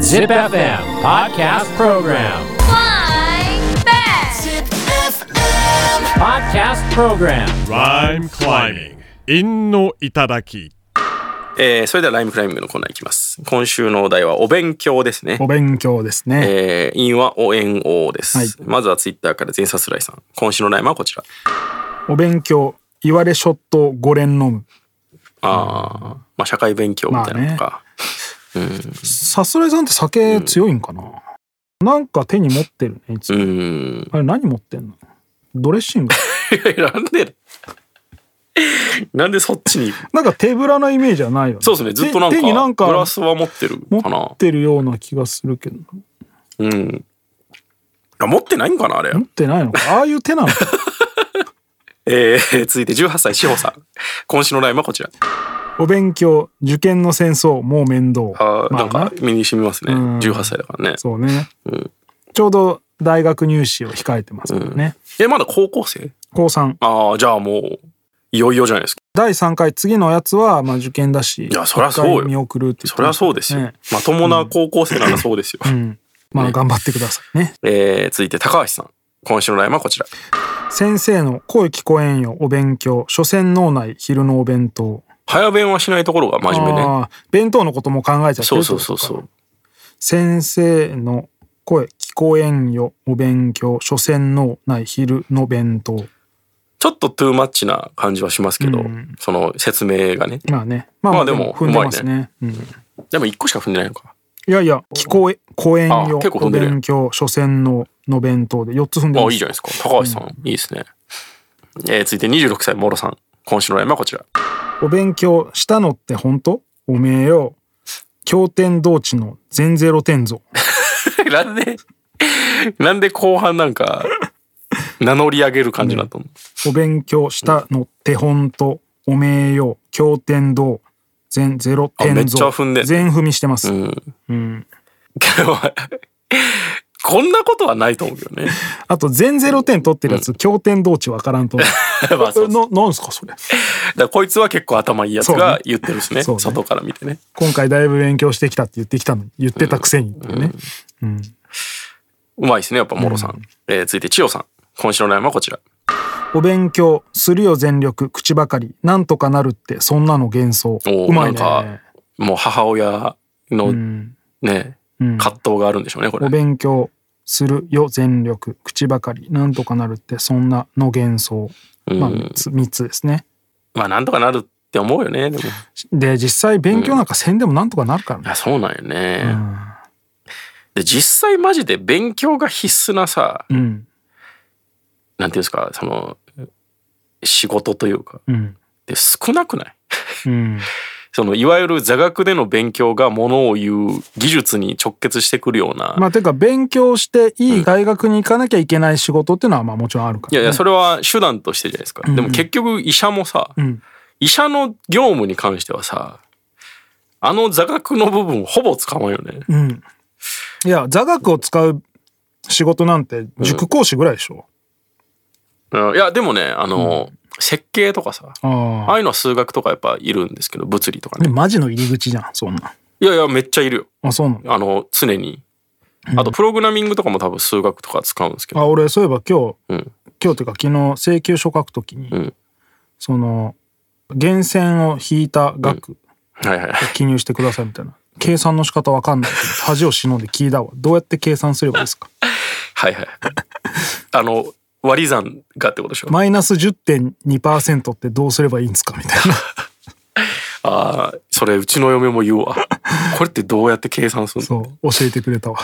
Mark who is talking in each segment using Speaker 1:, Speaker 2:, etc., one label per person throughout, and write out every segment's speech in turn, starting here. Speaker 1: Zip FM Podcast Program.
Speaker 2: Flying back.
Speaker 1: Podcast Program.
Speaker 3: Rhyme climbing. 陰の頂き。
Speaker 4: えーそれではライムクライミングのコーナーいきます。今週のお題はお勉強ですね
Speaker 5: お。勉強ですね。
Speaker 4: えー、因はお縁王です、
Speaker 5: はい
Speaker 4: まずはツイッターから全さすらいさん。今週のライムはこちら。
Speaker 5: お勉強、言われショット5連飲む。
Speaker 4: あーまあ社会勉強みたいなのとか。
Speaker 5: さすらいさんって酒強いんかな、なんか手に持ってるね、いつも
Speaker 4: うーん。
Speaker 5: あれ何持ってんのドレッシング
Speaker 4: なんで、 なんでそっちに。
Speaker 5: なんか手ぶらなイメージはないよね。
Speaker 4: そうですね。ずっとなん
Speaker 5: 手手になん
Speaker 4: か、
Speaker 5: か
Speaker 4: グラスは持ってる
Speaker 5: 持
Speaker 4: かな
Speaker 5: っ。てるような気がするけど。
Speaker 4: うん。あ持ってないんかなあれ。
Speaker 5: 持ってないのかああいう手な のか
Speaker 4: えー、続いて18歳、志保さん。今週のライムはこちら。
Speaker 5: お勉強、受験の戦争、もう面倒。
Speaker 4: あー
Speaker 5: ま
Speaker 4: なんか、身に染みますね。
Speaker 5: ん
Speaker 4: 18歳だからね。
Speaker 5: そうね、
Speaker 4: ん
Speaker 5: ちょうど大学入試を控えてますからね。
Speaker 4: え、まだ高校生
Speaker 5: 高3。
Speaker 4: ああ、じゃあもう、いよいよじゃないですか。
Speaker 5: 第3回、次のやつは、まあ受験だし。い
Speaker 4: やそりゃそうよ
Speaker 5: 見送るって言って
Speaker 4: そりゃそうですよ。
Speaker 5: ね
Speaker 4: まともな高校生ならそうですよ。
Speaker 5: うん。まあ頑張ってくださいね。
Speaker 4: えー、続いて高橋さん。今週のラインはこちら。
Speaker 5: 先生の声聞こえんよ、お勉強。所詮脳内、昼のお弁当。
Speaker 4: 早弁はしないところが真面目ね。
Speaker 5: あー弁当のことも考えちゃって
Speaker 4: そ
Speaker 5: る
Speaker 4: う
Speaker 5: って
Speaker 4: そう
Speaker 5: こ
Speaker 4: そ
Speaker 5: と
Speaker 4: う
Speaker 5: か
Speaker 4: そう。
Speaker 5: 先生の声聞こえんよ、お勉強。所詮脳内、昼の弁当。
Speaker 4: ちょっとトゥーマッチな感じはしますけど、
Speaker 5: うん
Speaker 4: その説明がね。
Speaker 5: まあね。まあ
Speaker 4: まあでも
Speaker 5: 踏んでますね。うん
Speaker 4: でも一個しか踏んでないのか。
Speaker 5: いやいや、聞こえ、公演
Speaker 4: あ
Speaker 5: よ
Speaker 4: 結構、踏
Speaker 5: お
Speaker 4: んでる
Speaker 5: 勉強、所詮の、の弁当で4つ踏んで
Speaker 4: あ
Speaker 5: る
Speaker 4: あ、いいじゃないですか。高橋さん、いいですね。えー、続いて26歳、もろさん。今週のラインはこちら。
Speaker 5: お勉強したのって本当おめえよ、経典同地の全ゼロ天像。
Speaker 4: なんで、なんで後半なんか、名乗り上げる感じになったの、
Speaker 5: お勉強したのって本当おめえよ、経典同、全ゼロ天像。
Speaker 4: あめっちゃ踏んでんね
Speaker 5: 全踏みしてます。
Speaker 4: うん。
Speaker 5: うん
Speaker 4: けど こんなことはないと思うけど ね。
Speaker 5: あと、全ゼロ点取ってるやつ、経典同地わからんと思 う。
Speaker 4: まあそうそう
Speaker 5: ななんすか、それ。
Speaker 4: だからこいつは結構頭いいやつ
Speaker 5: そう
Speaker 4: が
Speaker 5: ね
Speaker 4: 言ってるんですね。
Speaker 5: そうね
Speaker 4: 外から見てね。
Speaker 5: 今回だいぶ勉強してきたって言ってきたのに、言ってたくせにっていうね。
Speaker 4: うまいですね、やっぱモロさん。えー続いて千代さん。今週の悩みはこちら。
Speaker 5: お勉強するよ全力口ばかりなんとかなるってそんなの幻想
Speaker 4: おー
Speaker 5: うまい
Speaker 4: なん
Speaker 5: ね
Speaker 4: か、もう母親のね、
Speaker 5: うん
Speaker 4: 葛藤があるんでしょうね、これ
Speaker 5: お。勉強するよ全力口ばかりなんとかなるってそんなの幻想まあ3つ三つですね
Speaker 4: まあなんとかなるって思うよね、でも。
Speaker 5: で実際勉強なんかせんでもなんとかなるからね
Speaker 4: あそうなんよね、で、実際マジで勉強が必須なさ、
Speaker 5: うん
Speaker 4: なんていうんですか、その、仕事というか、
Speaker 5: うん
Speaker 4: で少なくない
Speaker 5: うん
Speaker 4: そのいわゆる座学での勉強がものを言う技術に直結してくるような、
Speaker 5: まあていうか勉強していい大学に行かなきゃいけない仕事っていうのはまあもちろんあるか
Speaker 4: い
Speaker 5: ら、ね、
Speaker 4: やいやそれは手段としてじゃないですか、でも結局医者もさ、
Speaker 5: ん
Speaker 4: 医者の業務に関してはさあの座学の部分ほぼ使わんよね、
Speaker 5: うんいや座学を使う仕事なんて塾講師ぐらいでしょ、
Speaker 4: うんいやでもねあの、設計とかさ
Speaker 5: ああ
Speaker 4: ああいうのは数学とかやっぱいるんですけど物理とか
Speaker 5: で
Speaker 4: ね
Speaker 5: マジの入り口じゃんそんない
Speaker 4: やいやめっちゃいるよ
Speaker 5: あそうなんだ
Speaker 4: あの常にあとプログラミングとかも多分数学とか使うんですけど、
Speaker 5: あ俺そういえば今日、
Speaker 4: ん
Speaker 5: 今日っていうか昨日請求書書くときに、
Speaker 4: ん
Speaker 5: その源泉を引いた額
Speaker 4: はいはい
Speaker 5: 記入してくださいみたいな、計算の仕方わかんないけど恥を忍んで聞いたわどうやって計算すればいいですか
Speaker 4: はいはいあの割り算がってことでしょ
Speaker 5: マイナス10.2%ってどうすればいいんですかみた いな
Speaker 4: ああ、それうちの嫁も言うわ。 これってどうやって計算するの
Speaker 5: そう教えてくれたわ、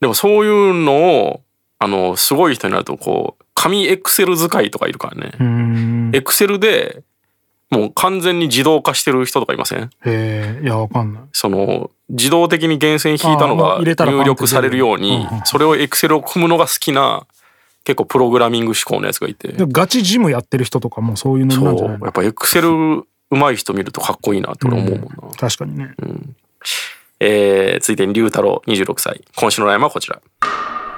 Speaker 4: でもそういうのを、あの、すごい人になると、こう、紙エクセル使いとかいるからね。エクセルで、もう完全に自動化してる人とかいません
Speaker 5: へえいやわかんない
Speaker 4: その、自動的に源泉引いたの
Speaker 5: あーもう
Speaker 4: が
Speaker 5: 入れたらパンっ
Speaker 4: 入
Speaker 5: て
Speaker 4: 力されるように
Speaker 5: 出るうんう、ん
Speaker 4: それをエクセルを組むのが好きな、結構プログラミング思考のやつがいて
Speaker 5: で。もガチジムやってる人とかもそういうのなんじ
Speaker 4: そ
Speaker 5: ゃ
Speaker 4: う
Speaker 5: ない。の
Speaker 4: やっぱエクセル上手い人見るとかっこいいなって俺思うもんな。
Speaker 5: 確かにね、
Speaker 4: えー、続いて、龍太郎26歳。今週のラインはこちら。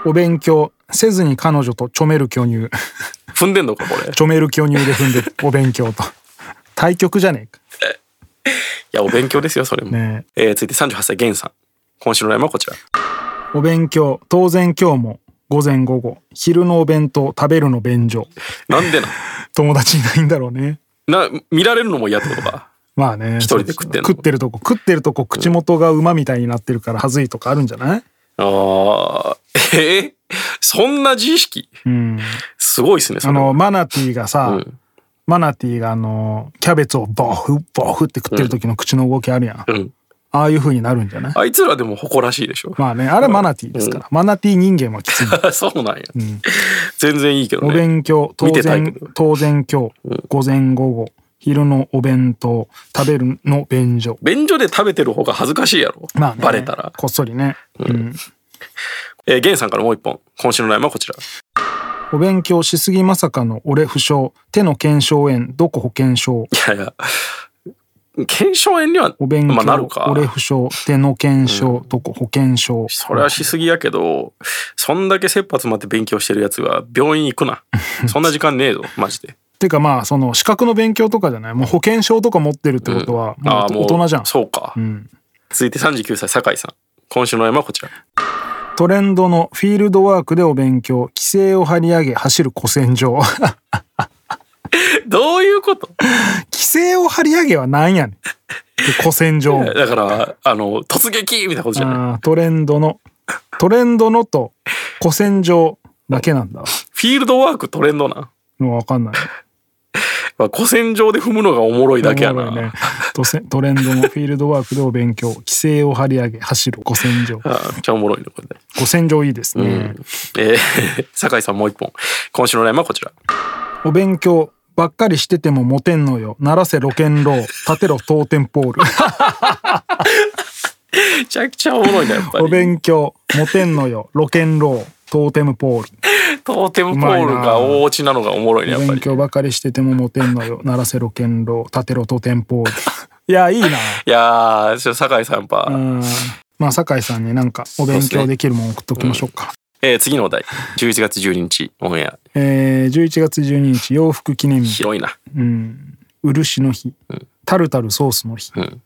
Speaker 5: お勉強せずに彼女とちょめる巨乳
Speaker 4: 踏んでんのかこれ。
Speaker 5: ちょめる巨乳で踏んでるお勉強と。対局じゃねえか。
Speaker 4: や、お勉強ですよ、それも。
Speaker 5: ね
Speaker 4: えー、続いて38歳、ゲンさん。今週のライムはこちら。
Speaker 5: お勉強当然今日も午前午後昼のお弁当食べるの便所
Speaker 4: なんで
Speaker 5: 友達いないんだろうね
Speaker 4: な、な、見られるのも嫌ってことか。
Speaker 5: まあね
Speaker 4: 一人で食ってんの
Speaker 5: 食ってるとこ食ってるとこ口元が馬みたいになってるから恥ずいとかあるんじゃない
Speaker 4: ああ、えーそんな自意識
Speaker 5: うん
Speaker 4: すごいですね、そ
Speaker 5: あ
Speaker 4: れ
Speaker 5: のマナティーがさ、
Speaker 4: うん
Speaker 5: マナティーがあのキャベツをボフボフって食ってる時の口の動きあるやん、
Speaker 4: うん。
Speaker 5: ああいう風になるんじゃない
Speaker 4: あいつらでも誇らしいでしょ。
Speaker 5: まあねあれマナティーですから、マナティー人間はきつい
Speaker 4: そうなんや。
Speaker 5: ん
Speaker 4: 全然いいけど
Speaker 5: お
Speaker 4: ね。
Speaker 5: 勉強当
Speaker 4: 見てたいけ
Speaker 5: 然
Speaker 4: ど
Speaker 5: 当然今日、午前午後昼のお弁当食べるの便所
Speaker 4: 便所で食べてる方が恥ずかしいやろ。
Speaker 5: まあね
Speaker 4: バレたら。
Speaker 5: こっそりね、うん
Speaker 4: えー、ゲンさんからもう一本。今週のライムはこちら。
Speaker 5: お勉強しすぎまさかの俺不詳手の腱鞘炎どこ保険証
Speaker 4: いやいや。検証炎には、
Speaker 5: お勉強、
Speaker 4: まあ、なるか。
Speaker 5: 俺不詳手の腱鞘、どこ保険証
Speaker 4: それはしすぎやけど、そんだけ切羽詰まって勉強してるやつは病院行く な。そんな時間ねえぞ、マジで。
Speaker 5: てかまあその資格の勉強とかじゃないもう保険証とか持ってるってことはも
Speaker 4: ああ、
Speaker 5: う大人じゃん、
Speaker 4: そうか。
Speaker 5: ん
Speaker 4: 続いて39歳、酒井さん。今週のライムはこちら。
Speaker 5: トレンドのフィールドワークでお勉強規制を張り上げ走る古戦場規
Speaker 4: どういうこと
Speaker 5: 制を張り上げはなんやねん古戦 場
Speaker 4: だから、あの、突撃みたいなことじゃない。
Speaker 5: あートレンドのトレンドのと古戦場だけなんだ
Speaker 4: フィールドワークトレンドな。
Speaker 5: もうわかんない
Speaker 4: まあ、古戦場で踏むのがおもろいだけや
Speaker 5: お
Speaker 4: な。
Speaker 5: もろいねトセトレンドのフィールドワークでお勉強規制を張り上げ走る古戦場
Speaker 4: ああめっちゃおもろいね、これね。
Speaker 5: 古戦場いいですね、
Speaker 4: えー、 酒井さんもう一本。今週のラインはこちら。
Speaker 5: お勉強ばっかりしててもモテんのよ。ならせロケンロー。立てろ当店ポール。
Speaker 4: めちゃくちゃおもろいな、やっぱ
Speaker 5: お
Speaker 4: り。
Speaker 5: 勉強モテんのよ。ロケンロー。トーテムポール。
Speaker 4: トーテムポールが大落ちなのがおもろいね、や
Speaker 5: お
Speaker 4: っぱ
Speaker 5: 勉
Speaker 4: り。
Speaker 5: 強ばかりしててもモテんのよ。ならせロケンロー。立てろ当店ポール。 いや、いいな。
Speaker 4: いやー、ちょ酒井さんやっぱ、
Speaker 5: うん。まあ、酒井さんになんかお勉強できるもん送っときましょうか。
Speaker 4: えー次のお題。11月12日、オンエア。
Speaker 5: えー、11月12日、洋服記念日。
Speaker 4: 広いな。
Speaker 5: うん。漆の日。タルタルソースの日。
Speaker 4: ん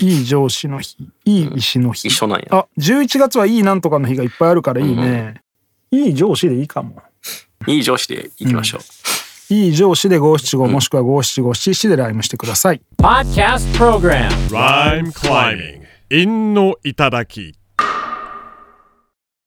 Speaker 5: いい上司の日。いい石の日。
Speaker 4: 一緒なんや。
Speaker 5: あ、11月はいいなんとかの日がいっぱいあるからいいね。いい上司でいいかも。
Speaker 4: いい上司でいきましょう。
Speaker 5: いい上司で五七五もしくは五七五七七でライムしてください。
Speaker 1: Podcast Program
Speaker 3: Rhyme climbing. 陰の頂き。